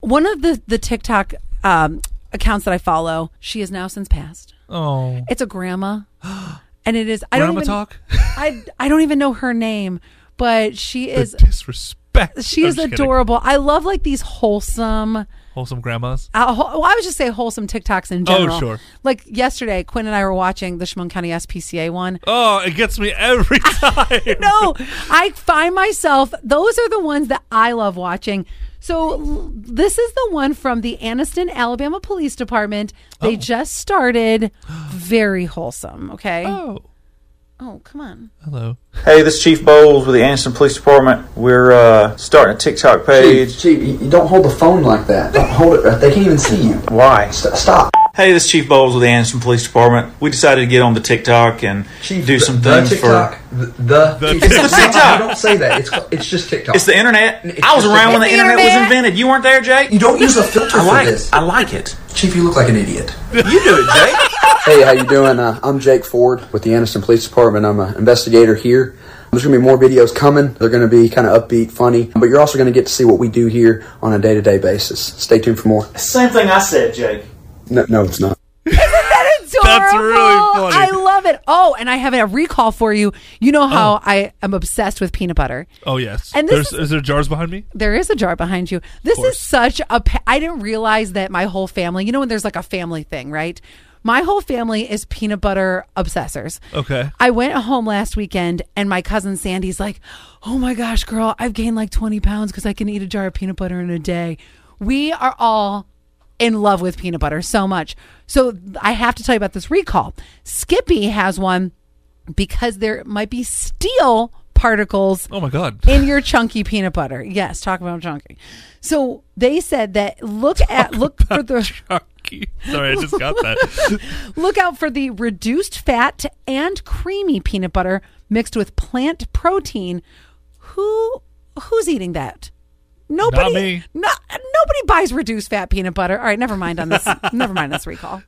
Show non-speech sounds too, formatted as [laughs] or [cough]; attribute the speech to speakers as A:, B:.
A: One of the the TikTok um, accounts that I follow, she has now since passed.
B: Oh,
A: It's a
B: [gasps]
A: grandma, and it is. I
B: grandma
A: don't even, [laughs]
B: talk.
A: I I don't even know her name, but she
B: The
A: is
B: disrespect.
A: she
B: I'm
A: is
B: just kidding.
A: adorable. I love like these wholesome.
B: Wholesome grandmas.
A: Uh, wh- well, I would just say wholesome TikToks in
B: Oh,
A: general.
B: sure.
A: Like yesterday, Quinn and I were watching the Shimon County SPCA one.
B: Oh, it gets me
A: [laughs]
B: every time.
A: No, I find myself, those are the ones that I love watching. So l- this is the one from the Anniston, Alabama Police Department. They
B: Oh.
A: just started. Very wholesome, okay? Oh,
B: Oh,
A: come on.
B: hello.
C: Hey, this is Chief Bowles with the Anniston Police Department. We're uh, starting a TikTok page.
D: Chief, Chief, you- you don't hold the phone like that. Don't hold it. right- They can't even see you.
C: Why?
D: St- stop.
C: Hey, this is Chief Bowles with the Anniston Police Department. We decided to get on the TikTok and
D: Chief,
C: do
D: the-
C: some
D: the
C: things
D: TikTok,
C: for.
D: The, the,
C: It's the [laughs] TikTok.
D: You don't say that. It's, it's just TikTok.
C: It's the internet.
D: It's
C: I was
D: just
C: around
D: the-
C: when the
A: It's the
C: internet, was
A: internet.
C: invented. You weren't there, Jake.
D: you don't use a filter
C: I
D: for
C: like
D: this.
C: it. I like it.
D: Chief, you look like an idiot.
C: You do it, Jake.
D: [laughs] Hey, how you doing? Uh, I'm Jake Ford with the Anniston Police Department. I'm an investigator here. There's going to be more videos coming. They're going to be kind of upbeat, funny, but you're also going to get to see what we do here on a day-to-day basis. Stay tuned for more.
C: Same thing I said, Jake.
D: No, no, it's not.
A: That is adorable.
B: That's really funny.
A: I love it. Oh, and I have a recall for you. You know how I am obsessed with peanut butter.
B: Oh yes.
A: And
B: There's,
A: this
B: is there jars behind me?
A: There is a jar behind you. This is
B: course.
A: such a. Pa- I didn't realize that my whole family. You know when there's like a family thing, right? My whole family is peanut butter obsessors.
B: Okay.
A: I went home last weekend and my cousin Sandy's like, "Oh my gosh, girl, I've gained like 20 pounds because I can eat a jar of peanut butter in a day." We are all in love with peanut butter so much. So I have to tell you about this recall. Skippy has one because there might be steel particles
B: Oh my god. [laughs]
A: in your chunky peanut butter. Yes, talk about chunky. So they said that look at look for the
B: Chunky. Sorry, I just got
A: [laughs]
B: that.
A: look out for the reduced fat and creamy peanut butter mixed with plant protein. Who who's eating that? Nobody.
B: me.
A: No, nobody buys reduced fat peanut butter. All right, [laughs] never mind on this. never mind this recall.